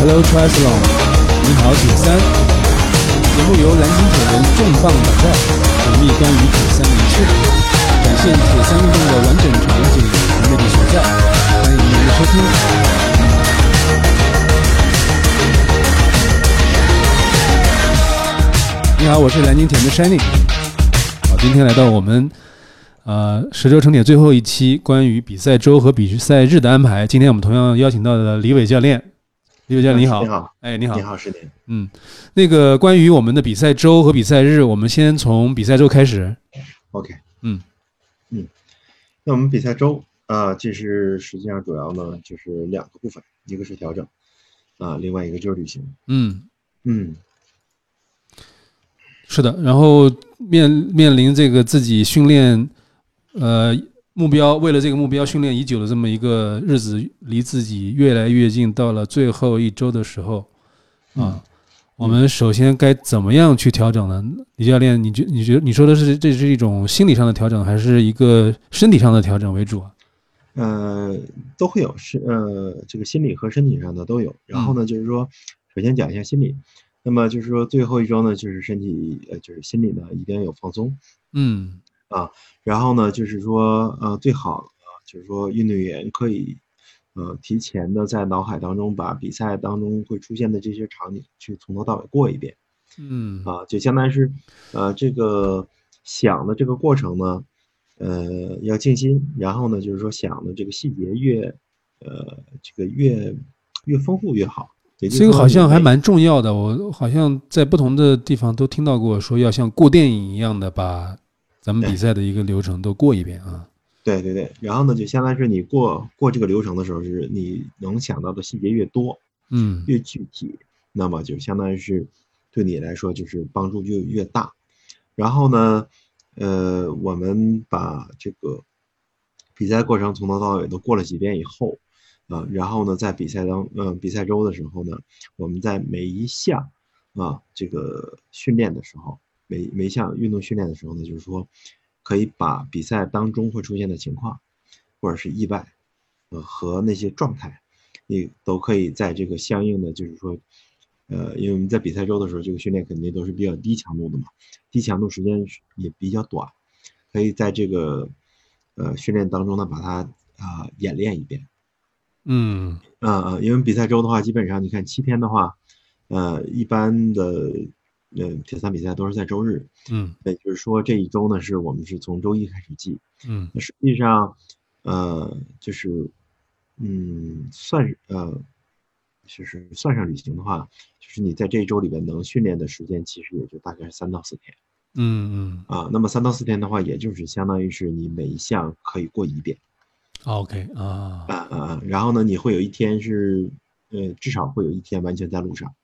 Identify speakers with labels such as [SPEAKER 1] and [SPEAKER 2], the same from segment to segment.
[SPEAKER 1] Hello Triathlon，你好铁三。节目由南京铁人重磅打造，解密关于铁三一事，展现铁三运动的完整场景和魅力所在。欢迎您的收听。你好，我是南京铁人的 Shining。好，今天来到我们呃，十周成铁最后一期关于比赛周和比赛日的安排。今天我们同样邀请到了李伟教练，李伟教练你好，
[SPEAKER 2] 你好，
[SPEAKER 1] 哎，你好
[SPEAKER 2] 你，好，是的，
[SPEAKER 1] 嗯，那个关于我们的比赛周和比赛日，我们先从比赛周开始。
[SPEAKER 2] OK，
[SPEAKER 1] 嗯
[SPEAKER 2] 嗯，那我们比赛周啊，这是实际上主要呢就是两个部分，一个是调整啊，另外一个就是旅行。
[SPEAKER 1] 嗯，
[SPEAKER 2] 嗯，
[SPEAKER 1] 是的。然后面面临这个自己训练，呃，目标为了这个目标训练已久的这么一个日子，离自己越来越近，到了最后一周的时候，啊，我们首先该怎么样去调整呢？李教练，你觉你觉你说的是这是一种心理上的调整，还是一个身体上的调整为主啊？
[SPEAKER 2] 呃，都会有是呃，这个心理和身体上的都有。然
[SPEAKER 1] 嗯
[SPEAKER 2] 后呢，就是说，首先讲一下心理，那么就是说最后一周呢，就是身体呃，就是心理呢一定要有放松。
[SPEAKER 1] 嗯
[SPEAKER 2] 然后呢，就是说，呃，最好呃，就是说运动员可以，呃，提前的在脑海当中把比赛当中会出现的这些场景去从头到尾过一遍
[SPEAKER 1] 嗯
[SPEAKER 2] 啊，就相当于是，呃，这个想的这个过程呢，呃，要静心，然后呢，就是说想的这个细节越，呃，这个越越丰富越好。也就是
[SPEAKER 1] 这个
[SPEAKER 2] 说
[SPEAKER 1] 好
[SPEAKER 2] 你
[SPEAKER 1] 像
[SPEAKER 2] 每
[SPEAKER 1] 还蛮重要的，我好像在不同的地方都听到过，说要像过电影一样的把咱们比赛的一个流程都过一遍啊。
[SPEAKER 2] 对对对，然后呢，就相当于是你过过这个流程的时候，是你能想到的细节越多，
[SPEAKER 1] 嗯
[SPEAKER 2] 越具体，那么就相当于是对你来说就是帮助就越大。然后呢，呃，我们把这个比赛过程从头到尾都过了几遍以后，啊、然后呢，在比赛当呃比赛周的时候呢，我们在每一项啊、这个训练的时候，每每一项运动训练的时候呢，就是说可以把比赛当中会出现的情况，或者是意外，呃和那些状态。你都可以在这个相应的，就是说，呃，因为我们在比赛周的时候，这个训练肯定都是比较低强度的嘛，低强度时间是也比较短，可以在这个呃训练当中呢，把它啊、演练一遍。
[SPEAKER 1] 嗯
[SPEAKER 2] 啊、呃，因为比赛周的话，基本上你看七天的话，呃，一般的呃铁三比赛都是在周日，
[SPEAKER 1] 嗯
[SPEAKER 2] 也就是说这一周呢，是我们是从周一开始记，
[SPEAKER 1] 嗯
[SPEAKER 2] 那实际上，呃，就是，嗯，算是呃，就是算上旅行的话，就是你在这一周里边能训练的时间，其实也就大概是三到四天
[SPEAKER 1] 嗯嗯
[SPEAKER 2] 啊。那么三到四天的话，也就是相当于是你每一项可以过一遍
[SPEAKER 1] ，OK 啊，
[SPEAKER 2] 啊啊。啊然后呢，你会有一天是，呃，至少会有一天完全在路上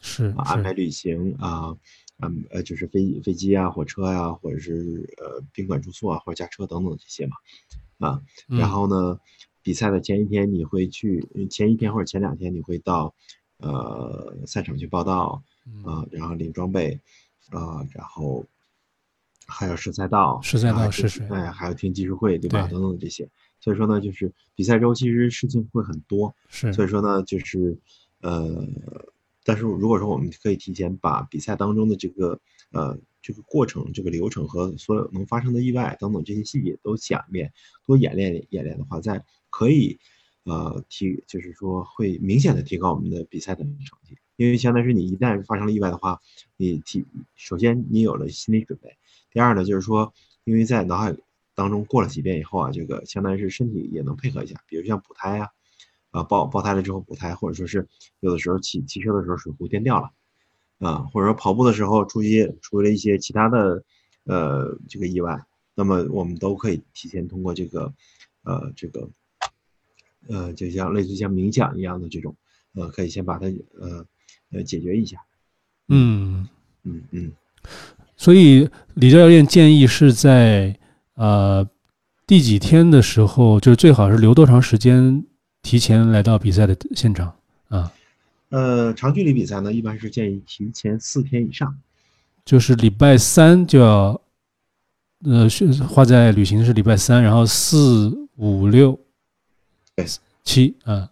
[SPEAKER 1] 是
[SPEAKER 2] 啊，安排
[SPEAKER 1] 是，
[SPEAKER 2] 旅行啊。嗯呃，就是飞飞机啊、火车呀、或者是呃宾馆住宿啊，或者驾车等等这些嘛，啊，
[SPEAKER 1] 嗯
[SPEAKER 2] 然后呢，比赛的前一天你会去，前一天或者前两天你会到，呃，赛场去报道
[SPEAKER 1] 嗯
[SPEAKER 2] 啊、然后领装备，啊、然后还有试赛道，
[SPEAKER 1] 试赛
[SPEAKER 2] 然后还
[SPEAKER 1] 道
[SPEAKER 2] 听
[SPEAKER 1] 试水
[SPEAKER 2] 哎，还有听技术会，对吧？
[SPEAKER 1] 对
[SPEAKER 2] 等等这些。所以说呢，就是比赛周其实事情会很多，
[SPEAKER 1] 是
[SPEAKER 2] 所以说呢，就是，呃，但是如果说我们可以提前把比赛当中的这个呃这个过程、这个流程和所有能发生的意外等等这些细节都想一遍，多演练演练的话，在可以呃提就是说会明显的提高我们的比赛的成绩，因为相当于是你一旦发生了意外的话，你提首先你有了心理准备，第二呢就是说，因为在脑海当中过了几遍以后啊，这个相当于是身体也能配合一下，比如像补胎啊。啊，爆爆胎了之后补胎，或者说是有的时候骑骑车的时候水壶颠掉了，啊，或者说跑步的时候出一出了一些其他的呃这个意外，那么我们都可以提前通过这个呃这个呃就像类似像冥想一样的这种呃可以先把它呃呃解决一下，
[SPEAKER 1] 嗯，
[SPEAKER 2] 嗯嗯
[SPEAKER 1] 所以李教练建议是在呃第几天的时候，就是最好是留多长时间提前来到比赛的现场啊，
[SPEAKER 2] 呃长距离比赛呢一般是建议提前四天以上，
[SPEAKER 1] 就是礼拜三就要，呃，是花在旅行是礼拜三，然后四五六
[SPEAKER 2] 对
[SPEAKER 1] 七啊，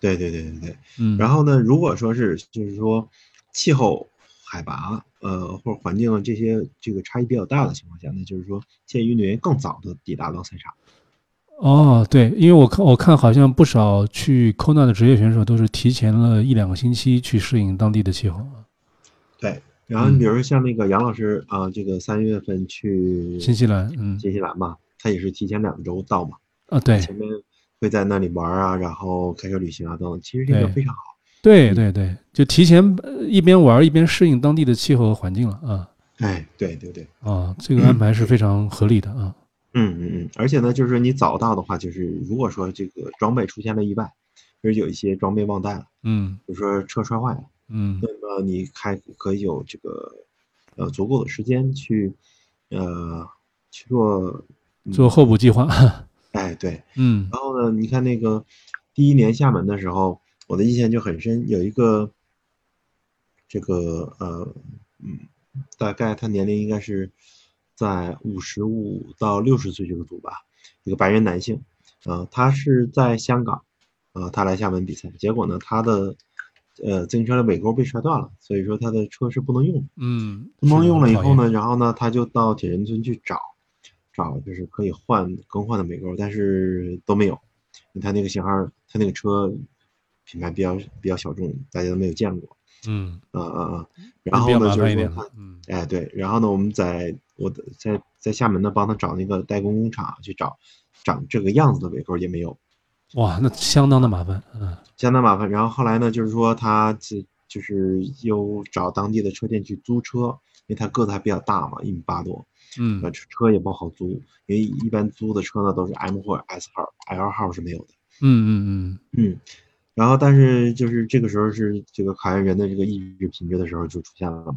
[SPEAKER 2] 对对对对对。
[SPEAKER 1] 嗯，
[SPEAKER 2] 然后呢，如果说是就是说气候、海拔呃或者环境啊这些这个差异比较大的情况下，那就是说建议运动员更早的抵达到赛场。
[SPEAKER 1] 哦，对，因为我看我看好像不少去 Kona 的职业选手都是提前了一两个星期去适应当地的气候。
[SPEAKER 2] 对，
[SPEAKER 1] 嗯
[SPEAKER 2] 然后你比如说像那个杨老师啊、这个三月份去
[SPEAKER 1] 新西兰，嗯
[SPEAKER 2] 新西兰嘛，他也是提前两周到嘛，
[SPEAKER 1] 啊，对
[SPEAKER 2] 前面会在那里玩啊，然后开车旅行啊等等，其实这个
[SPEAKER 1] 对
[SPEAKER 2] 非常好。
[SPEAKER 1] 对对对，就提前呃一边玩儿一边适应当地的气候和环境了啊
[SPEAKER 2] 哎，对对对，
[SPEAKER 1] 啊，这个安排是非常合理的啊。
[SPEAKER 2] 嗯嗯嗯，而且呢，就是说你早到的话，就是如果说这个装备出现了意外，比如有一些装备忘带了，
[SPEAKER 1] 嗯
[SPEAKER 2] 比如说车摔坏了。
[SPEAKER 1] 嗯
[SPEAKER 2] 那么你还可以有这个呃足够的时间去呃去做，
[SPEAKER 1] 做候补计划。
[SPEAKER 2] 哎对。
[SPEAKER 1] 嗯
[SPEAKER 2] 然后呢，你看那个第一年厦门的时候，我的印象就很深，有一个这个呃嗯，大概他年龄应该是在五十五到六十岁这个组吧，一个白人男性，呃，他是在香港，呃，他来厦门比赛，结果呢，他的呃自行车的尾钩被摔断了，所以说他的车是不能用的。
[SPEAKER 1] 嗯，
[SPEAKER 2] 不能用了以后
[SPEAKER 1] 是的？
[SPEAKER 2] 呢，然后呢，他就到铁人村去找，找就是可以换更换的美钩，但是都没有，因为他那个型号，他那个车品牌比较比较小众，大家都没有见过，
[SPEAKER 1] 讨厌嗯，
[SPEAKER 2] 啊啊啊，然后
[SPEAKER 1] 比较
[SPEAKER 2] 呢
[SPEAKER 1] 麻
[SPEAKER 2] 就
[SPEAKER 1] 烦
[SPEAKER 2] 是
[SPEAKER 1] 一
[SPEAKER 2] 说
[SPEAKER 1] 点
[SPEAKER 2] 他
[SPEAKER 1] 了。嗯
[SPEAKER 2] 哎，对，然后呢，我们在我的在在厦门呢，帮他找那个代工工厂去找，长这个样子的尾钩也没有，
[SPEAKER 1] 哇，那相当的麻烦。嗯
[SPEAKER 2] 相当麻烦。然后后来呢，就是说他这就是又找当地的车店去租车，因为他个子还比较大嘛，一米八多，呃，
[SPEAKER 1] 嗯
[SPEAKER 2] 车车也不好租，因为一般租的车呢都是 M 或者 S 号，L 号是没有的。
[SPEAKER 1] 嗯嗯
[SPEAKER 2] 嗯，然后但是就是这个时候是这个考验人的这个意志品质的时候就出现了嘛。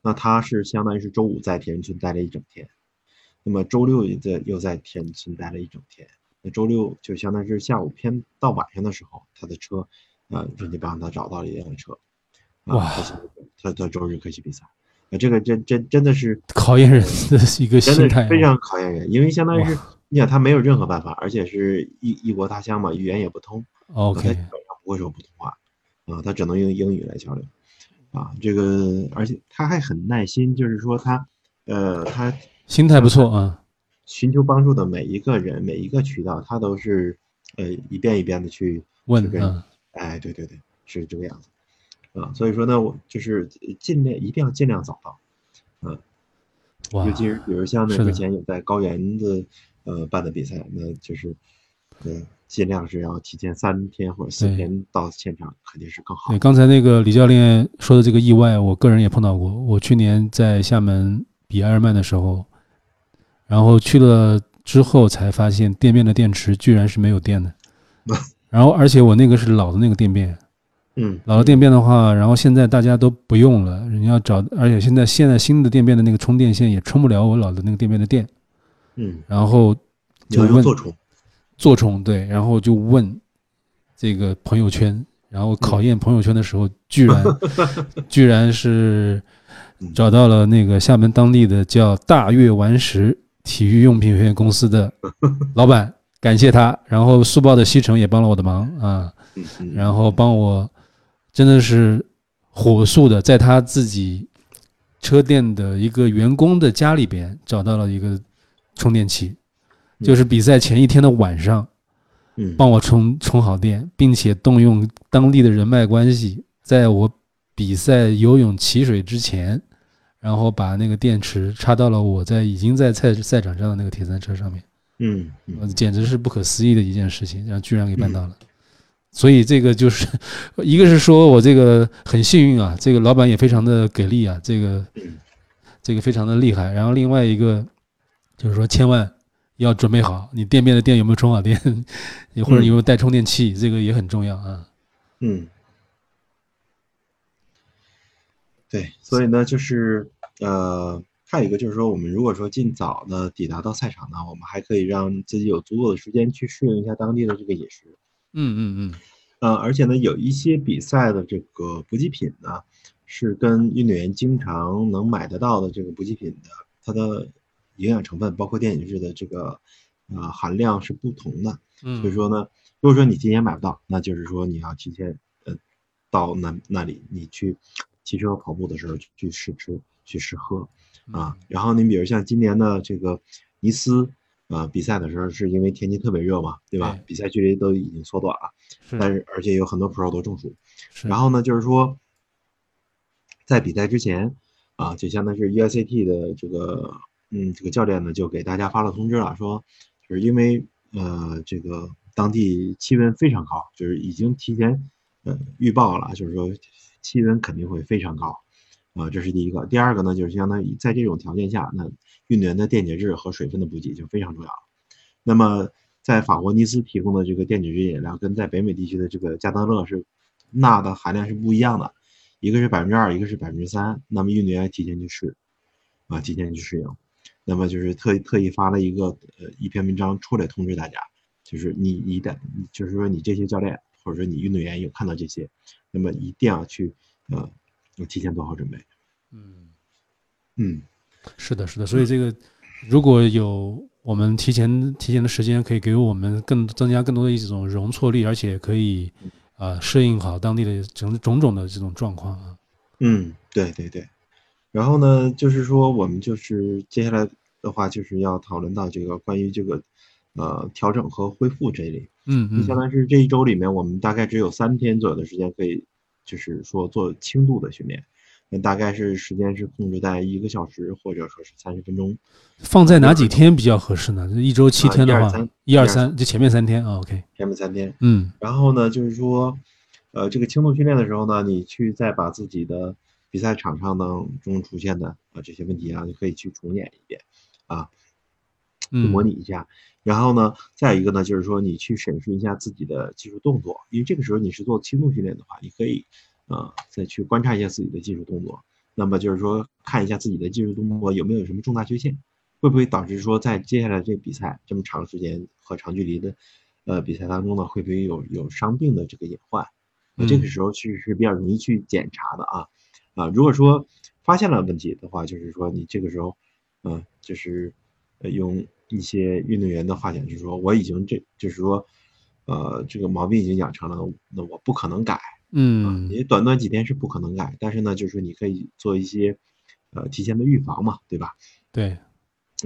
[SPEAKER 2] 那他是相当于是周五在田人村待了一整天，那么周六也在又在田人村待了一整天。那周六就相当于是下午偏到晚上的时候，他的车，呃，人家帮他找到了一辆车，啊、
[SPEAKER 1] 哇
[SPEAKER 2] 他是他他周日可以去比赛。那这个真真真的是
[SPEAKER 1] 嗯，考验人的一个
[SPEAKER 2] 真
[SPEAKER 1] 心
[SPEAKER 2] 的
[SPEAKER 1] 态
[SPEAKER 2] 是
[SPEAKER 1] 啊。
[SPEAKER 2] 非常考验人，因为相当于是你想他没有任何办法，而且是异异国他乡嘛，语言也不通，他
[SPEAKER 1] OK，
[SPEAKER 2] 基本上不会说普通话，啊，他只能用英语来交流，啊，这个而且他还很耐心，就是说他，呃，他
[SPEAKER 1] 心态不错啊。
[SPEAKER 2] 寻求帮助的每一个人每一个渠道，他都是呃一遍一遍的去
[SPEAKER 1] 问
[SPEAKER 2] 去跟
[SPEAKER 1] 啊，
[SPEAKER 2] 哎，对对对，是这个样子，啊，所以说呢，我就是尽量一定要尽量早到。
[SPEAKER 1] 哇
[SPEAKER 2] 尤，其是比如像那
[SPEAKER 1] 是的
[SPEAKER 2] 之前有在高原的呃办的比赛，那就是呃尽量是要提前三天或者四
[SPEAKER 1] 对
[SPEAKER 2] 天到现场，肯定是更好
[SPEAKER 1] 对，。刚才那个李教练说的这个意外，我个人也碰到过。我去年在厦门比埃尔曼的时候，然后去了之后才发现店面的电池居然是没有 电的。然后，而且我那个是老的那个垫便，
[SPEAKER 2] 嗯，
[SPEAKER 1] 老的垫便的话，然后现在大家都不用了，人家要找，而且现在现在新的垫便的那个充电线也充不了我老的那个垫便的电，
[SPEAKER 2] 嗯，
[SPEAKER 1] 然后就
[SPEAKER 2] 要用
[SPEAKER 1] 问
[SPEAKER 2] 做出，
[SPEAKER 1] 做冲对，然后就问这个朋友圈，然后考验朋友圈的时候，居然居然是
[SPEAKER 2] 嗯
[SPEAKER 1] 找到了那个厦门当地的叫大悦顽石体育用品有限公司的老板，感谢他，然后速报的西城也帮了我的忙啊，
[SPEAKER 2] 嗯嗯，
[SPEAKER 1] 然后帮我真的是火速的在他自己车店的一个员工的家里边找到了一个充电器，就是比赛前一天的晚上。
[SPEAKER 2] 嗯
[SPEAKER 1] 帮我充充好电，并且动用当地的人脉关系，在我比赛游泳起水之前，然后把那个电池插到了我在已经在赛赛场上的那个铁三车上面，
[SPEAKER 2] 嗯嗯
[SPEAKER 1] 呃简直是不可思议的一件事情，然后居然给办到了。所以这个就是一个是说我这个很幸运啊，这个老板也非常的给力啊，这个
[SPEAKER 2] 嗯
[SPEAKER 1] 这个非常的厉害。然后另外一个就是说，千万要准备好你店面的电有没有充好电，你或者
[SPEAKER 2] 嗯
[SPEAKER 1] 有没有带充电器，这个也很重要啊。
[SPEAKER 2] 嗯，对，所以呢，就是呃，还有一个就是说，我们如果说尽早的抵达到赛场呢，我们还可以让自己有足够的时间去适应一下当地的这个饮食。
[SPEAKER 1] 嗯嗯
[SPEAKER 2] 呃，而且呢，有一些比赛的这个补给品呢，是跟运动员经常能买得到的这个补给品的，它的营养成分包括电解质的这个呃含量是不同的。
[SPEAKER 1] 嗯
[SPEAKER 2] 所
[SPEAKER 1] 嗯，
[SPEAKER 2] 以说呢，如果说你提前买不到，那就是说你要提前呃到那那里，你去骑车跑步的时候去试吃、去试喝
[SPEAKER 1] 嗯
[SPEAKER 2] 啊。然后你比如像今年的这个尼斯。呃，比赛的时候是因为天气特别热嘛，对吧？
[SPEAKER 1] 对
[SPEAKER 2] 比赛距离都已经缩短了，
[SPEAKER 1] 是
[SPEAKER 2] 但是而且有很多 pro 都中暑。
[SPEAKER 1] 嗯是
[SPEAKER 2] 然后呢，就是说，在比赛之前啊，就相当于是 UICT 的这个嗯这个教练呢，就给大家发了通知了，说就是因为呃这个当地气温非常高，就是已经提前呃预报了，就是说气温肯定会非常高。啊，这是第一个。第二个呢，就是相当于在这种条件下，那运动员的电解质和水分的补给就非常重要了。那么，在法国尼斯提供的这个电解质饮料，跟在北美地区的这个加德乐是钠的含量是不一样的，一个是百分之二，一个是百分之三。那么运动员提前去试，啊，提前去适应。那么就是特意特意发了一个呃一篇文章出来通知大家，就是你你得你就是说你这些教练或者说你运动员有看到这些，那么一定要去呃提前做好准备。
[SPEAKER 1] 嗯，
[SPEAKER 2] 嗯，
[SPEAKER 1] 是的，是的，所以这个如果有我们提前提前的时间，可以给我们更增加更多的一种容错力，而且可以呃适应好当地的种种种的这种状况啊。
[SPEAKER 2] 嗯，对对对。然后呢，就是说我们就是接下来的话，就是要讨论到这个关于这个呃调整和恢复这一类。
[SPEAKER 1] 嗯
[SPEAKER 2] 那
[SPEAKER 1] 嗯
[SPEAKER 2] 相，当于是这一周里面，我们大概只有三天左右的时间可以，就是说做轻度的训练。那大概是时间是控制在一个小时，或者说是三十分钟。
[SPEAKER 1] 放在哪几天比较合适呢？一周七
[SPEAKER 2] 啊
[SPEAKER 1] 天
[SPEAKER 2] 一
[SPEAKER 1] 的
[SPEAKER 2] 二
[SPEAKER 1] 话
[SPEAKER 2] 三，
[SPEAKER 1] 一二
[SPEAKER 2] 一二
[SPEAKER 1] 三就前面三天啊。OK，
[SPEAKER 2] 前面三天。
[SPEAKER 1] 嗯
[SPEAKER 2] 然后呢，就是说，呃，这个轻度训练的时候呢，你去再把自己的比赛场上当中出现的啊、这些问题啊，你可以去重演一遍，啊，去模拟
[SPEAKER 1] 嗯
[SPEAKER 2] 一下。然后呢，再一个呢，就是说你去审视一下自己的技术动作，因为这个时候你是做轻度训练的话，你可以呃再去观察一下自己的技术动作，那么就是说看一下自己的技术动作有没有什么重大缺陷，会不会导致说在接下来这比赛这么长时间和长距离的呃比赛当中呢，会不会有有伤病的这个隐患？那这
[SPEAKER 1] 嗯
[SPEAKER 2] 个时候其实是比较容易去检查的啊啊，如果说发现了问题的话，就是说你这个时候，嗯、就是呃用一些运动员的话讲，就是说我已经这就是说，呃，这个毛病已经养成了，那我不可能改。啊，
[SPEAKER 1] 嗯
[SPEAKER 2] 你短短几天是不可能改，但是呢，就是你可以做一些，呃，提前的预防嘛，对吧？
[SPEAKER 1] 对，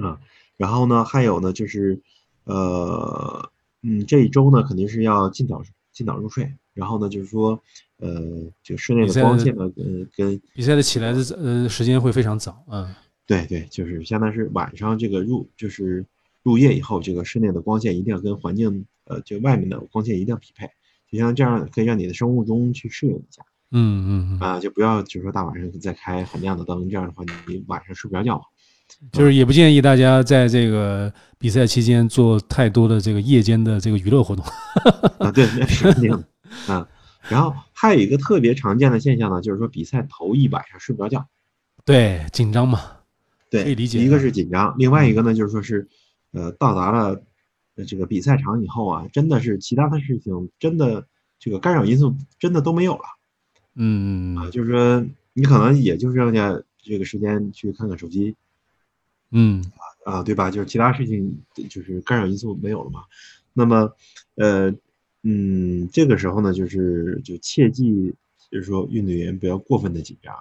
[SPEAKER 2] 啊，然后呢，还有呢，就是，呃，嗯，这一周呢，肯定是要尽早尽早入睡，然后呢，就是说，呃，这个室内
[SPEAKER 1] 比
[SPEAKER 2] 的
[SPEAKER 1] 赛
[SPEAKER 2] 光
[SPEAKER 1] 的
[SPEAKER 2] 线呢，跟跟
[SPEAKER 1] 比赛的起来的呃时间会非常早。嗯
[SPEAKER 2] 对对，就是相当于是晚上这个入，就是入夜以后，这个室内的光线一定要跟环境，呃，就外面的光线一定要匹配，就像这样可以让你的生物钟去适应一下
[SPEAKER 1] 嗯嗯嗯，
[SPEAKER 2] 啊，就不要就是说大晚上再开很亮的灯，这样的话你晚上睡不着觉嘛。
[SPEAKER 1] 就是也不建议大家在这个比赛期间做太多的这个夜间的这个娱乐活动。
[SPEAKER 2] 啊，对，那是肯定的啊。然后还有一个特别常见的现象呢，就是说比赛头一晚上睡不着觉，
[SPEAKER 1] 对，紧张嘛。
[SPEAKER 2] 对，
[SPEAKER 1] 可以理解
[SPEAKER 2] 一个
[SPEAKER 1] 啊
[SPEAKER 2] 是紧张，另外一个呢就是说是，呃，到达了呃这个比赛场以后啊，真的是其他的事情真的这个干扰因素真的都没有了
[SPEAKER 1] 嗯
[SPEAKER 2] 啊，就是说你可能也就剩下这个时间去看看手机
[SPEAKER 1] 嗯
[SPEAKER 2] 啊，对吧？就是其他事情就是干扰因素没有了嘛。那么，呃，嗯，这个时候呢，就是就切记，就是说运动员不要过分的紧张。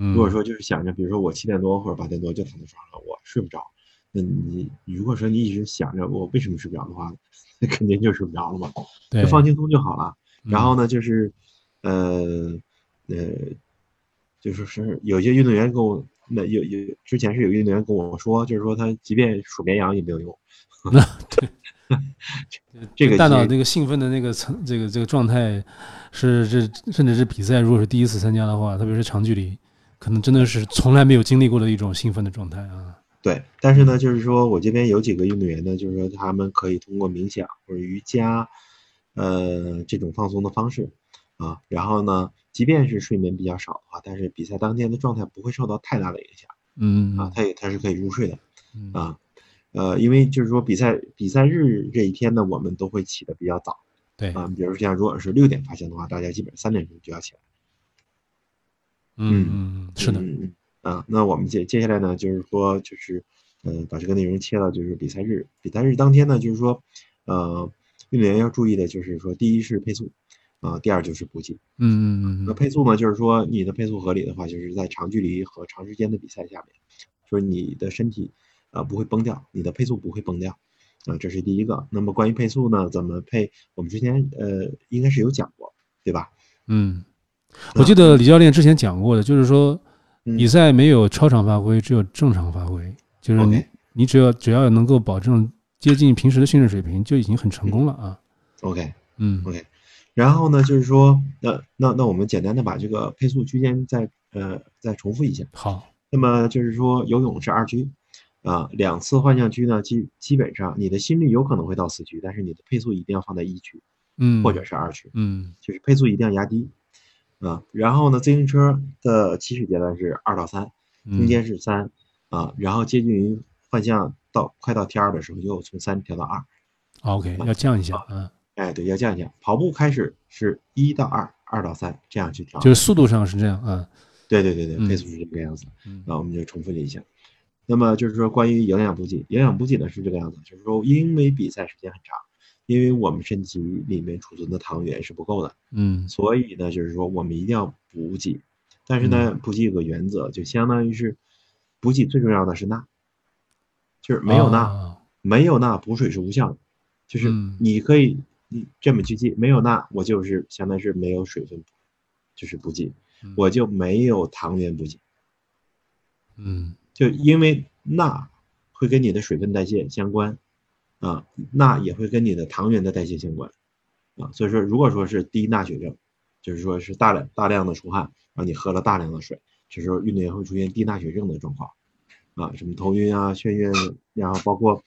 [SPEAKER 1] 嗯，
[SPEAKER 2] 如果说就是想着，比如说我七点多或者八点多就躺在床上了，我睡不着，那你你如果说你一直想着我为什么睡不着的话，那肯定就睡不着了嘛，
[SPEAKER 1] 嗯对
[SPEAKER 2] 就，放轻松就好了。然后
[SPEAKER 1] 呢，
[SPEAKER 2] 呢，就是，呃，呃，就是是有些运动员跟我，那有有之前是有运动员跟我说，就是说他即便数绵羊也没有用，
[SPEAKER 1] 那 对
[SPEAKER 2] 这个
[SPEAKER 1] 嗯大
[SPEAKER 2] 其
[SPEAKER 1] 脑
[SPEAKER 2] 实
[SPEAKER 1] 这个兴奋的那个层，这个这个状态是这，甚至是比赛，如果是第一次参加的话，特别是长距离，可能真的是从来没有经历过的一种兴奋的状态啊。
[SPEAKER 2] 对，但是呢，就是说我这边有几个运动员呢，就是说他们可以通过冥想或者瑜伽，呃，这种放松的方式啊，然后呢，即便是睡眠比较少的话，但是比赛当天的状态不会受到太大的影响啊，
[SPEAKER 1] 嗯
[SPEAKER 2] 他也他是可以入睡的
[SPEAKER 1] 嗯嗯
[SPEAKER 2] 啊，呃，因为就是说比赛比赛日这一天呢，我们都会起得比较早
[SPEAKER 1] 对，
[SPEAKER 2] 啊，比如像如果是六点发现的话，大家基本上三点钟就要起来。
[SPEAKER 1] 嗯嗯嗯，是的，
[SPEAKER 2] 嗯嗯嗯啊，那我们接接下来呢，就是说，就是，呃，把这个内容切到就是比赛日，比赛日当天呢，就是说，呃，运动员要注意的就是说，第一是配速，啊、第二就是补给。
[SPEAKER 1] 嗯嗯
[SPEAKER 2] 那
[SPEAKER 1] 嗯
[SPEAKER 2] 配速呢，就是说你的配速合理的话，就是在长距离和长时间的比赛下面，就是你的身体啊、呃不会崩掉，你的配速不会崩掉，啊、这是第一个。那么关于配速呢，怎么配？我们之前呃应该是有讲过，对吧？
[SPEAKER 1] 嗯，我记得李教练之前讲过的，就是说
[SPEAKER 2] 嗯
[SPEAKER 1] 比赛没有超常发挥，只有正常发挥，就是你
[SPEAKER 2] OK
[SPEAKER 1] 你只要只要能够保证接近平时的训练水平，就已经很成功了啊。
[SPEAKER 2] OK，
[SPEAKER 1] 嗯
[SPEAKER 2] OK，然后呢，就是说，那那那我们简单的把这个配速区间再呃再重复一下。
[SPEAKER 1] 好，
[SPEAKER 2] 那么就是说，游泳是二区，啊、两次换向区呢，基基本上你的心率有可能会到四区，但是你的配速一定要放在一区
[SPEAKER 1] 嗯，
[SPEAKER 2] 或者是二区，
[SPEAKER 1] 嗯
[SPEAKER 2] 就是配速一定要压低。啊、然后呢，自行车的起始阶段是二到三，
[SPEAKER 1] 嗯
[SPEAKER 2] 中间是三、啊，然后接近于换向到快到 T 二的时候，又从三调到二。
[SPEAKER 1] 嗯 OK 要降一下啊，
[SPEAKER 2] 哎，对，要降一降。跑步开始是一到二，二到三，这样去调。
[SPEAKER 1] 啊就是速度上是这样啊。
[SPEAKER 2] 对对对对，
[SPEAKER 1] 嗯
[SPEAKER 2] 配速是这个样子。
[SPEAKER 1] 嗯
[SPEAKER 2] 然后我们就重复了一下。那么就是说，关于营养补给，营养补给呢是这个样子，就是说，因为比赛时间很长，因为我们身体里面储存的糖原是不够的，
[SPEAKER 1] 嗯
[SPEAKER 2] 所以呢，就是说我们一定要补给。但是呢，
[SPEAKER 1] 嗯
[SPEAKER 2] 补给有个原则，就相当于是补给最重要的是钠，就是没有钠，
[SPEAKER 1] 啊
[SPEAKER 2] 没有钠补水是无效的，就是
[SPEAKER 1] 嗯
[SPEAKER 2] 你可以你这么去记，没有钠我就是相当于是没有水分补，就是补给，
[SPEAKER 1] 嗯
[SPEAKER 2] 我就没有糖原补给，
[SPEAKER 1] 嗯
[SPEAKER 2] 就因为钠会跟你的水分代谢相关，啊，钠也会跟你的糖原的代谢相关，啊，所以说如果说是低钠血症，就是说是大量大量的出汗，让你喝了大量的水，这时候运动员会出现低钠血症的状况，啊，什么头晕啊、眩晕，然后包括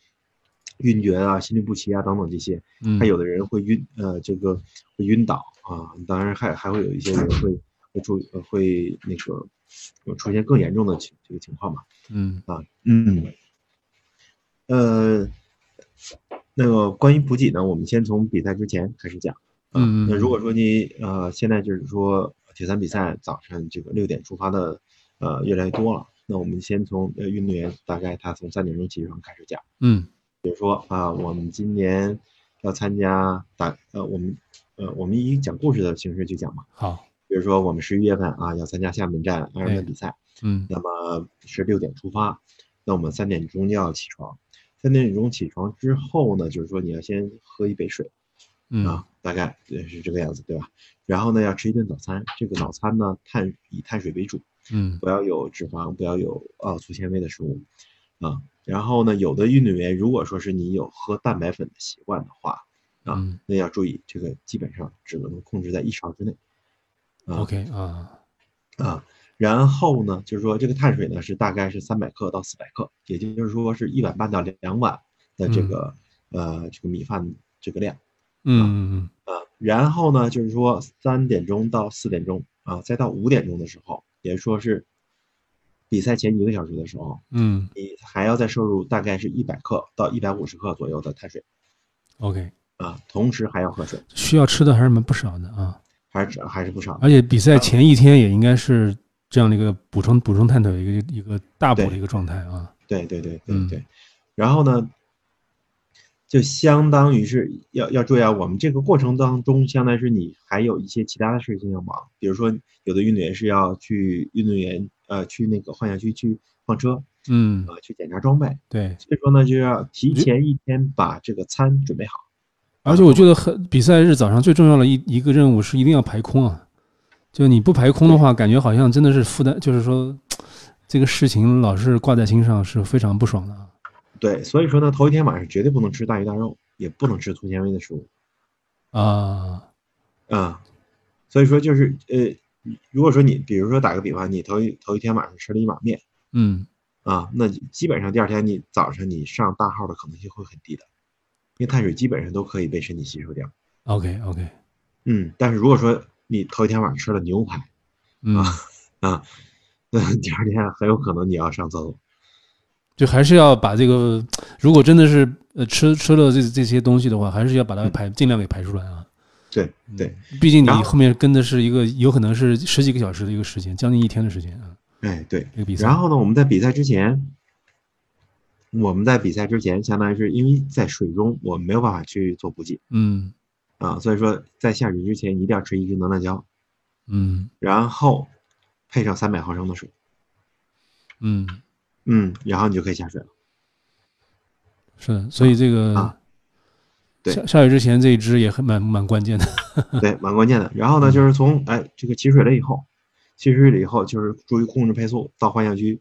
[SPEAKER 2] 晕厥啊、心律不齐啊等等这些，
[SPEAKER 1] 嗯，
[SPEAKER 2] 还有的人会晕，呃，这个会晕倒啊。当然还还会有一些人会会出呃会那个有出现更严重的情这个情况嘛
[SPEAKER 1] 嗯
[SPEAKER 2] 啊，嗯，呃，那个关于补给呢，我们先从比赛之前开始讲啊。
[SPEAKER 1] 嗯嗯
[SPEAKER 2] 那如果说你呃现在就是说铁三比赛早上这个六点出发的呃越来越多了，那我们先从呃运动员大概他从三点钟起床开始讲。
[SPEAKER 1] 嗯
[SPEAKER 2] 啊，我们今年要参加打呃，我们呃，我们以讲故事的形式去讲嘛。
[SPEAKER 1] 好，
[SPEAKER 2] 比如说，我们十一月份啊要参加厦门站二人
[SPEAKER 1] 哎
[SPEAKER 2] 的比赛，
[SPEAKER 1] 嗯
[SPEAKER 2] 那么是六点出发，那我们三点钟就要起床。三点钟起床之后呢，就是说你要先喝一杯水
[SPEAKER 1] 嗯
[SPEAKER 2] 啊，大概呃是这个样子，对吧？然后呢，要吃一顿早餐，这个早餐呢碳以碳水为主，
[SPEAKER 1] 嗯
[SPEAKER 2] 不要有脂肪，不要有呃粗纤维的食物啊。然后呢，有的运动员如果说是你有喝蛋白粉的习惯的话，啊
[SPEAKER 1] 嗯
[SPEAKER 2] 那要注意这个基本上只能控制在一勺之内啊
[SPEAKER 1] OK 啊，
[SPEAKER 2] 啊。然后呢，就是说这个碳水呢是大概是三百克到四百克，也就是说是一碗半到两碗的这
[SPEAKER 1] 嗯
[SPEAKER 2] 个、呃这个米饭这个量。
[SPEAKER 1] 嗯嗯
[SPEAKER 2] 啊，然后呢，就是说三点钟到四点钟啊，再到五点钟的时候，也说是比赛前一个小时的时候，
[SPEAKER 1] 嗯
[SPEAKER 2] 你还要再摄入大概是一百克到一百五十克左右的碳水
[SPEAKER 1] OK，
[SPEAKER 2] 啊，同时还要喝水，
[SPEAKER 1] 需要吃的还是蛮不少的啊。
[SPEAKER 2] 还是还是不少的。
[SPEAKER 1] 而且比
[SPEAKER 2] 啊
[SPEAKER 1] 赛前一天也应该是这样的一个补充补充碳水的一个一个大补的一个状态啊。
[SPEAKER 2] 对对对对
[SPEAKER 1] 嗯
[SPEAKER 2] 对，然后呢，就相当于是要要注意啊，我们这个过程当中，相当于是你还有一些其他的事情要忙，比如说有的运动员是要去运动员呃去那个换氧区去换车
[SPEAKER 1] 嗯，
[SPEAKER 2] 啊、去检查装备。
[SPEAKER 1] 对。
[SPEAKER 2] 所以说呢，就要提
[SPEAKER 1] 我觉
[SPEAKER 2] 前一天把这个餐准备好。
[SPEAKER 1] 而且我觉得很比赛日早上最重要的一一个任务是一定要排空啊，就你不排空的话，感觉好像真的是负担，就是说这个事情老是挂在心上是非常不爽的啊。
[SPEAKER 2] 对，所以说呢，头一天晚上绝对不能吃大鱼大肉，也不能吃粗纤维的食物
[SPEAKER 1] 啊，
[SPEAKER 2] 啊、所以说就是呃，如果说你比如说打个比方，你头一头一天晚上吃了一碗面
[SPEAKER 1] 嗯，
[SPEAKER 2] 啊、那基本上第二天你早上你上大号的可能性会很低的，因为碳水基本上都可以被身体吸收掉。
[SPEAKER 1] OK OK，
[SPEAKER 2] 嗯，但是如果说你头一天晚上吃了牛排
[SPEAKER 1] 嗯，
[SPEAKER 2] 啊，那第二天很有可能你要上厕所。
[SPEAKER 1] 就还是要把这个，如果真的是呃吃吃了这这些东西的话，还是要把它排尽量给排出来啊。
[SPEAKER 2] 对对，
[SPEAKER 1] 嗯毕竟你
[SPEAKER 2] 然后
[SPEAKER 1] 后面跟的是一个有可能是十几个小时的一个时间，将近一天的时间啊，
[SPEAKER 2] 哎对，
[SPEAKER 1] 这个比赛。
[SPEAKER 2] 然后呢，我们在比赛之前，我们在比赛之前，相当于是因为在水中我们没有办法去做补给
[SPEAKER 1] 嗯
[SPEAKER 2] 啊，所以说在下水之前一定要吃一支能量胶，
[SPEAKER 1] 嗯
[SPEAKER 2] 然后配上三百毫升的水，
[SPEAKER 1] 嗯，
[SPEAKER 2] 嗯，然后你就可以下水了。
[SPEAKER 1] 是的，所以这个
[SPEAKER 2] 啊对
[SPEAKER 1] 下下雨之前这一支也很蛮蛮关键的。
[SPEAKER 2] 对，蛮关键的。然后呢，就是从哎这个起水了以后，起水了以后就是注意控制配速，到换向区，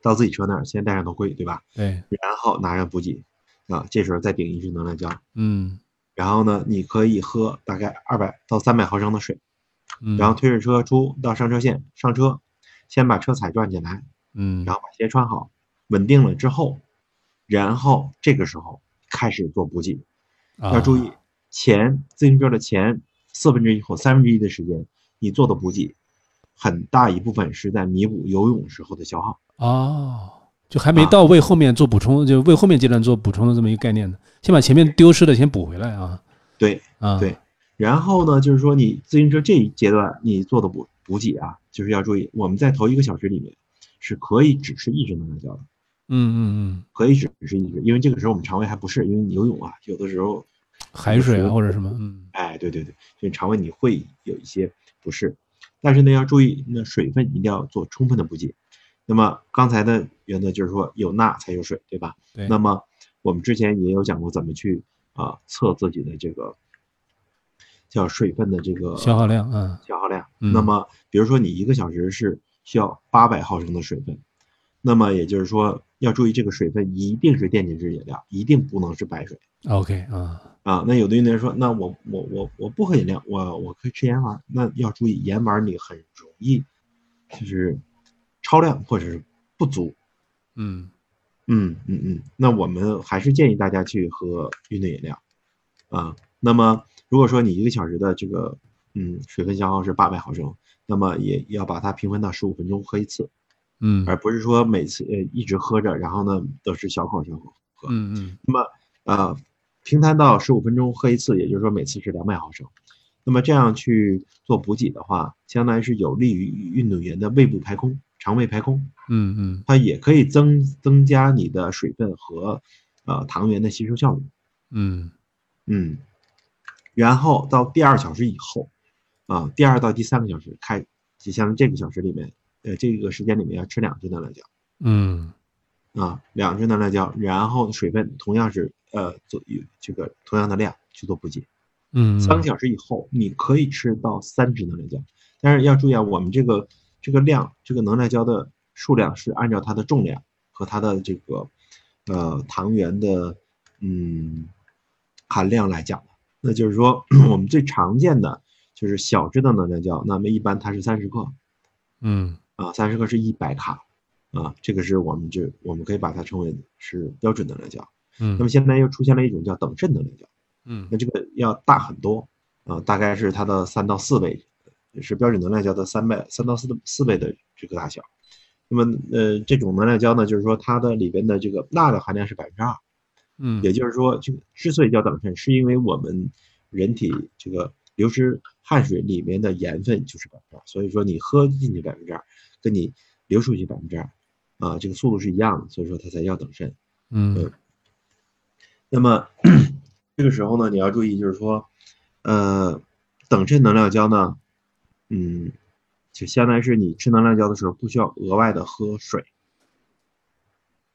[SPEAKER 2] 到自己车那儿先戴上头盔，对吧？
[SPEAKER 1] 对，
[SPEAKER 2] 然后拿上补给，啊，这时候再顶一支能量胶。
[SPEAKER 1] 嗯
[SPEAKER 2] 然后呢，你可以喝大概二百到三百毫升的水，
[SPEAKER 1] 嗯，
[SPEAKER 2] 然后推着车出到上车线上车，先把车踩转起来，
[SPEAKER 1] 嗯
[SPEAKER 2] 然后把鞋穿好，稳定了之后，然后这个时候开始做补给。要注意
[SPEAKER 1] 啊，
[SPEAKER 2] 前自行车的前四分之一或三分之一的时间，你做的补给，很大一部分是在弥补游泳时候的消耗。
[SPEAKER 1] 哦，就还没
[SPEAKER 2] 啊
[SPEAKER 1] 到为后面做补充，就为后面阶段做补充的这么一个概念呢。先把前面丢失的先补回来啊
[SPEAKER 2] 对
[SPEAKER 1] 啊，
[SPEAKER 2] 对，然后呢，就是说你自行车这一阶段你做的补补给啊，就是要注意，我们在头一个小时里面是可以只吃一支能量胶的，
[SPEAKER 1] 嗯嗯
[SPEAKER 2] 可以只吃一支，因为这个时候我们肠胃还不适，因为你游泳啊，有的时候，
[SPEAKER 1] 嗯，海水
[SPEAKER 2] 有
[SPEAKER 1] 啊
[SPEAKER 2] 时候
[SPEAKER 1] 或者什么，嗯
[SPEAKER 2] 哎，对对对，所以肠胃你会有一些不适，但是呢要注意，那水分一定要做充分的补给。那么刚才的原则就是说有钠才有水，对吧？
[SPEAKER 1] 对，
[SPEAKER 2] 那么我们之前也有讲过怎么去啊、测自己的这个叫水分的这个
[SPEAKER 1] 消耗量啊，
[SPEAKER 2] 消耗量。
[SPEAKER 1] 嗯
[SPEAKER 2] 那么比如说你一个小时是需要八百毫升的水分，那么也就是说要注意这个水分一定是电解质饮料，一定不能是白水。
[SPEAKER 1] OK 啊，
[SPEAKER 2] 啊，那有的运动员说，那我我我我不喝饮料，我我可以吃盐丸儿。那要注意，盐丸儿你很容易就是超量或者是不足。
[SPEAKER 1] 嗯
[SPEAKER 2] 嗯嗯嗯，那我们还是建议大家去喝运动饮料啊。那么如果说你一个小时的这个嗯水分消耗是八百毫升，那么也要把它平分到十五分钟喝一次，
[SPEAKER 1] 嗯
[SPEAKER 2] 而不是说每次呃一直喝着，然后呢都是小口小口喝。
[SPEAKER 1] 嗯嗯
[SPEAKER 2] 呃，平摊到十五分钟喝一次，也就是说每次是两百毫升。那么这样去做补给的话，相当于是有利于运动员的胃部排空、肠胃排空，
[SPEAKER 1] 嗯嗯
[SPEAKER 2] 它也可以增增加你的水分和呃糖原的吸收效率。
[SPEAKER 1] 嗯
[SPEAKER 2] 嗯，然后到第二小时以后，啊、第二到第三个小时开，就像这个小时里面，呃，这个时间里面要吃两支能量胶。
[SPEAKER 1] 嗯
[SPEAKER 2] 啊，两支能量胶，然后水分同样是呃做有这个同样的量去做补给。
[SPEAKER 1] 嗯，
[SPEAKER 2] 三个小时以后，你可以吃到三支能量胶，但是要注意啊，我们这个这个量，这个能量胶的数量是按照它的重量和它的这个呃糖原的嗯含量来讲的。那就是说， 我们最常见的就是小支的能量胶，那么一般它是三十克，
[SPEAKER 1] 嗯
[SPEAKER 2] 啊，三十克是一百卡，啊，这个是我们这我们可以把它称为是标准能量胶。
[SPEAKER 1] 嗯
[SPEAKER 2] 那么现在又出现了一种叫等渗能量胶，
[SPEAKER 1] 嗯
[SPEAKER 2] 那这个要大很多，啊，大概是它的三到四倍，是标准能量胶的三倍三到四的四倍的这个大小。那么呃，这种能量胶呢，就是说它的里边的这个钠的含量是百分之二，
[SPEAKER 1] 嗯
[SPEAKER 2] 也就是说，这个之所以叫等渗，是因为我们人体这个流失汗水里面的盐分就是百分之二，所以说你喝进去百分之二，跟你流出去百分之二，啊，这个速度是一样的，所以说它才叫等渗。
[SPEAKER 1] 嗯
[SPEAKER 2] 那么 这个时候呢，你要注意就是说，呃，等渗能量胶呢，嗯，就相当于是你吃能量胶的时候不需要额外的喝水，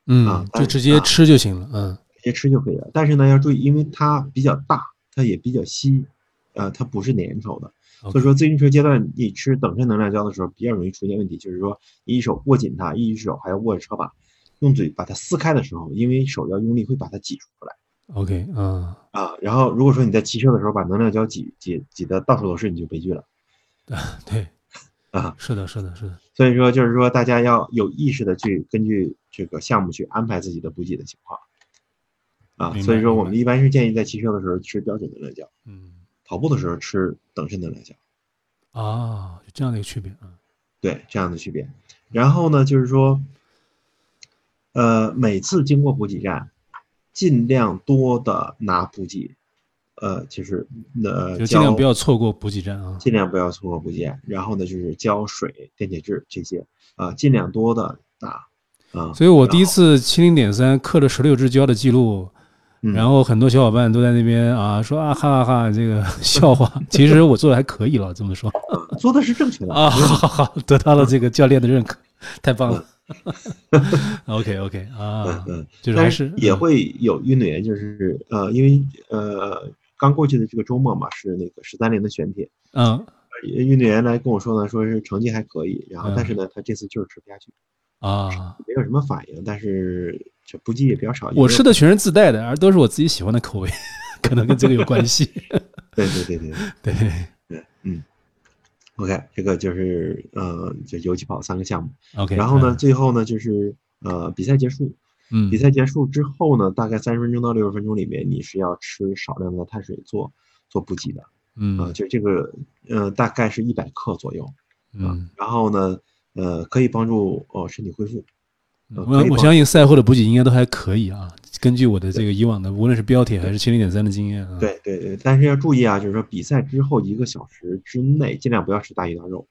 [SPEAKER 1] 嗯，就直接吃就行了，嗯
[SPEAKER 2] 直接吃就可以了。但是呢，要注意，因为它比较大，它也比较稀，呃，它不是粘稠的。所以说，自行车阶段你吃等渗能量胶的时候，比较容易出现问题，就是说你一手握紧它，一手还要握着车把，用嘴把它撕开的时候，因为手要用力会把它挤出来
[SPEAKER 1] OK 啊，
[SPEAKER 2] 啊。然后如果说你在骑车的时候把能量胶挤挤挤得到处都是，你就悲剧了
[SPEAKER 1] 对，
[SPEAKER 2] 啊。
[SPEAKER 1] 是的是的是的，
[SPEAKER 2] 所以说，就是说大家要有意识的去根据这个项目去安排自己的补给的情况啊。
[SPEAKER 1] 明白
[SPEAKER 2] 所以说，我
[SPEAKER 1] 明
[SPEAKER 2] 们
[SPEAKER 1] 白
[SPEAKER 2] 一般是建议在骑车的时候吃标准能量胶。
[SPEAKER 1] 嗯
[SPEAKER 2] 跑步的时候吃等渗能量胶，
[SPEAKER 1] 啊，有这样的一个区别啊，
[SPEAKER 2] 对这样的区别。然后呢，就是说，呃，每次经过补给站，尽量多的拿补给，呃，就是呃，
[SPEAKER 1] 就尽量
[SPEAKER 2] 浇
[SPEAKER 1] 不要错过补给站啊，
[SPEAKER 2] 尽量不要错过呃补给站。然后呢，就是胶水、电解质这些，啊、尽量多的拿，啊、啊，
[SPEAKER 1] 所以我第一
[SPEAKER 2] 然后
[SPEAKER 1] 次七零点三刻了十六只胶的记录，
[SPEAKER 2] 嗯
[SPEAKER 1] 然后很多小伙伴都在那边啊说啊哈哈哈这个笑话，其实我做的还可以了，这么说
[SPEAKER 2] 做的是正确的
[SPEAKER 1] 啊，好好好，得到了这个教练的认可，太棒了。OK OK 啊，
[SPEAKER 2] 嗯，
[SPEAKER 1] 就是还
[SPEAKER 2] 但
[SPEAKER 1] 是
[SPEAKER 2] 也会有运动员，就是呃，因为呃刚过去的这个周末嘛，是那个十三连的选铁，
[SPEAKER 1] 嗯
[SPEAKER 2] 呃运动员来跟我说呢，说是成绩还可以，然后
[SPEAKER 1] 嗯
[SPEAKER 2] 但是呢，他这次就是吃不下去，
[SPEAKER 1] 啊，
[SPEAKER 2] 没有什么反应，但是就估计也比较少。
[SPEAKER 1] 我吃
[SPEAKER 2] 是
[SPEAKER 1] 的全是自带的，而都是我自己喜欢的口味， 可能跟这个有关系。
[SPEAKER 2] 对对对对对
[SPEAKER 1] 对，
[SPEAKER 2] 对，嗯。OK，这个就是呃，就尤其跑三个项目，
[SPEAKER 1] OK，
[SPEAKER 2] 然后呢，最后呢就是呃比赛结束，
[SPEAKER 1] 嗯，嗯，
[SPEAKER 2] 比赛结束之后呢，大概三十分钟到六十分钟里面，你是要吃少量的碳水做做补给的。啊，
[SPEAKER 1] 嗯
[SPEAKER 2] 就这个，呃，大概是一百克左右啊。
[SPEAKER 1] 嗯，
[SPEAKER 2] 然后呢，呃，可以帮助哦身体恢复。
[SPEAKER 1] 嗯
[SPEAKER 2] 呃
[SPEAKER 1] 我
[SPEAKER 2] 可以
[SPEAKER 1] 我
[SPEAKER 2] 帮
[SPEAKER 1] 相信赛后的补给应该都还可以啊。根据我的这个以往的，无论是标铁还是七零点三的经验啊，，
[SPEAKER 2] 对对对，但是要注意啊，就是说比赛之后一个小时之内，尽量不要吃大鱼大肉。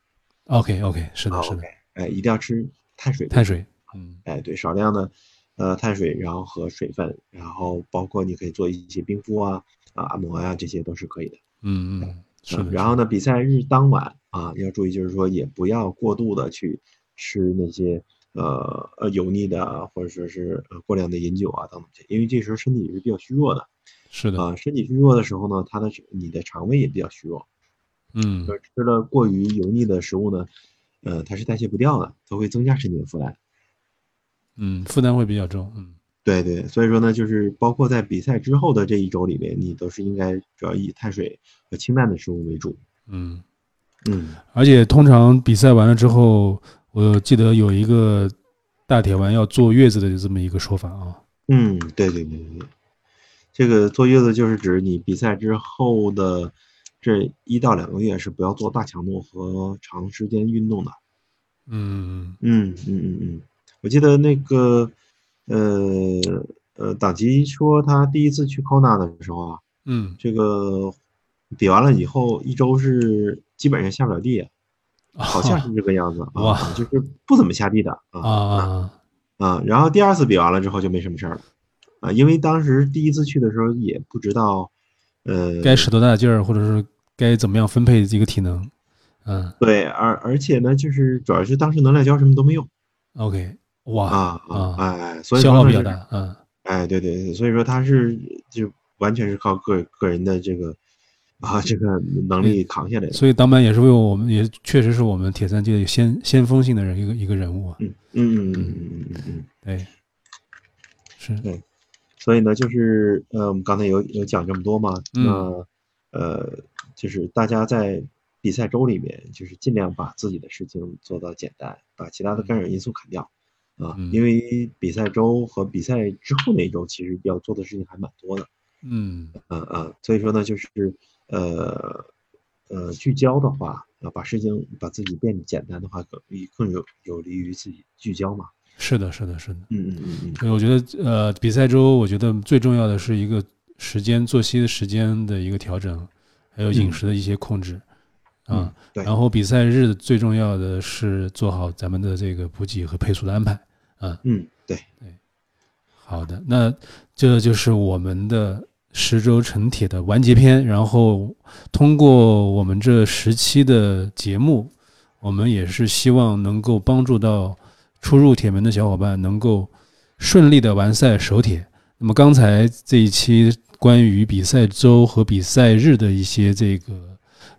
[SPEAKER 1] OK OK，是
[SPEAKER 2] 啊
[SPEAKER 1] 的，是的
[SPEAKER 2] OK，，哎，一定要吃碳水。
[SPEAKER 1] 碳。水，嗯
[SPEAKER 2] 哎，对，少量的呃碳水，然后和水分，然后包括你可以做一些冰敷啊、啊按摩啊，这些都是可以的。
[SPEAKER 1] 嗯嗯，是
[SPEAKER 2] 嗯
[SPEAKER 1] 的，
[SPEAKER 2] 然后呢，比赛日当晚啊，要注意就是说，也不要过度的去吃那些呃呃油腻的啊，或者说是呃过量的饮酒啊等等这些，因为这时候身体也是比较虚弱的
[SPEAKER 1] 是的，
[SPEAKER 2] 啊、身体虚弱的时候呢，它的你的肠胃也比较虚弱，
[SPEAKER 1] 嗯
[SPEAKER 2] 就是吃了过于油腻的食物呢，呃，它是代谢不掉的，它会增加身体的负担。
[SPEAKER 1] 嗯，负担会比较重，嗯
[SPEAKER 2] 对对，所以说呢，就是包括在比赛之后的这一周里面，你都是应该主要以碳水和清淡的食物为主。
[SPEAKER 1] 嗯。
[SPEAKER 2] 嗯
[SPEAKER 1] 而且通常比赛完了之后，我记得有一个大铁丸要坐月子的这么一个说法啊。
[SPEAKER 2] 嗯，对对对对对，这个坐月子就是指你比赛之后的这一到两个月是不要做大强度和长时间运动的。
[SPEAKER 1] 嗯
[SPEAKER 2] 嗯嗯嗯嗯，我记得那个呃呃，党籍说他第一次去 Kona 的时候啊，
[SPEAKER 1] 嗯
[SPEAKER 2] 这个比完了以后一周是基本上下不了地，
[SPEAKER 1] 啊
[SPEAKER 2] 好像是这个样子啊，
[SPEAKER 1] 哇
[SPEAKER 2] 就是不怎么下地的啊
[SPEAKER 1] 啊
[SPEAKER 2] 啊，然后第二次比完了之后就没什么事儿了，啊，因为当时第一次去的时候也不知道，呃，
[SPEAKER 1] 该使多大劲儿，或者是该怎么样分配这个体能。嗯
[SPEAKER 2] 对，而而且呢，就是主要是当时能量胶什么都没有
[SPEAKER 1] ，OK，哇，
[SPEAKER 2] 啊
[SPEAKER 1] 啊
[SPEAKER 2] 哎，所以
[SPEAKER 1] 消
[SPEAKER 2] 说
[SPEAKER 1] 耗
[SPEAKER 2] 呢
[SPEAKER 1] 比较
[SPEAKER 2] 是
[SPEAKER 1] 大，嗯
[SPEAKER 2] 哎，对对对，所以说他是就完全是靠个个人的这个啊这个能力扛下来的，
[SPEAKER 1] 嗯所以当班也是为我们，也确实是我们铁三界的先先锋性的人一个一个人物啊。
[SPEAKER 2] 嗯嗯嗯嗯嗯嗯嗯嗯。
[SPEAKER 1] 对，是，
[SPEAKER 2] 所以呢，就是呃，我们刚才有有讲这么多嘛，
[SPEAKER 1] 嗯
[SPEAKER 2] 那呃，就是大家在比赛周里面，就是尽量把自己的事情做到简单，把其他的干扰因素砍掉啊，
[SPEAKER 1] 嗯
[SPEAKER 2] 因为比赛周和比赛之后那一周，其实要做的事情还蛮多的，
[SPEAKER 1] 嗯
[SPEAKER 2] 嗯嗯，所以说呢，就是呃呃，聚焦的话啊，把事情把自己变得简单的话，更更有有利于自己聚焦嘛，
[SPEAKER 1] 是的，是的，是的。
[SPEAKER 2] 嗯嗯嗯嗯，
[SPEAKER 1] 对，我觉得呃，比赛周我觉得最重要的是一个时间作息的时间的一个调整，还有饮
[SPEAKER 2] 嗯
[SPEAKER 1] 食的一些控制，啊，
[SPEAKER 2] 对
[SPEAKER 1] 然后比赛日最重要的是做好咱们的这个补给和配速的安排。啊
[SPEAKER 2] 嗯对，
[SPEAKER 1] 好的，那这就是我们的十周成铁的完结篇。然后通过我们这十期的节目，我们也是希望能够帮助到初入铁门的小伙伴能够顺利的完赛首铁。那么刚才这一期关于比赛周和比赛日的一些这个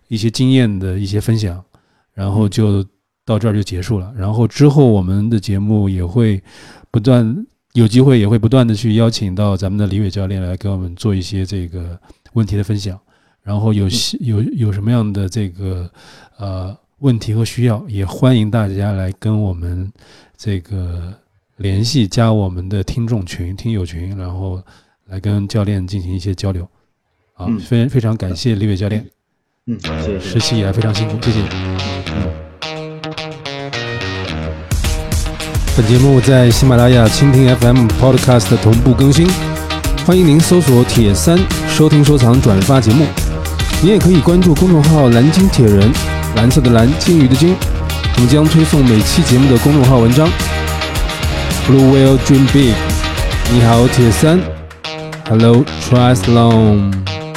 [SPEAKER 1] 一些经验的一些分享，然后就到这儿就结束了。然后之后我们的节目也会不断有机会也会不断的去邀请到咱们的李伟教练来给我们做一些这个问题的分享，然后有希有有什么样的这个呃问题和需要，也欢迎大家来跟我们这个联系，加我们的听众群、听友群，然后来跟教练进行一些交流。啊
[SPEAKER 2] 嗯，
[SPEAKER 1] 非常非常感谢李伟教练，
[SPEAKER 2] 嗯，谢谢
[SPEAKER 1] 实。习也非常辛苦，谢谢你。本节目在喜马拉雅、蜻蜓 FM、Podcast 同步更新，欢迎您搜索“铁三”收听、收藏、转发节目。您也可以关注公众号“蓝鲸铁人”，蓝色的蓝，鲸鱼的鲸。我们将推送每期节目的公众号文章。 Blue Whale Dream Big，你好铁三，Hello Triathlon。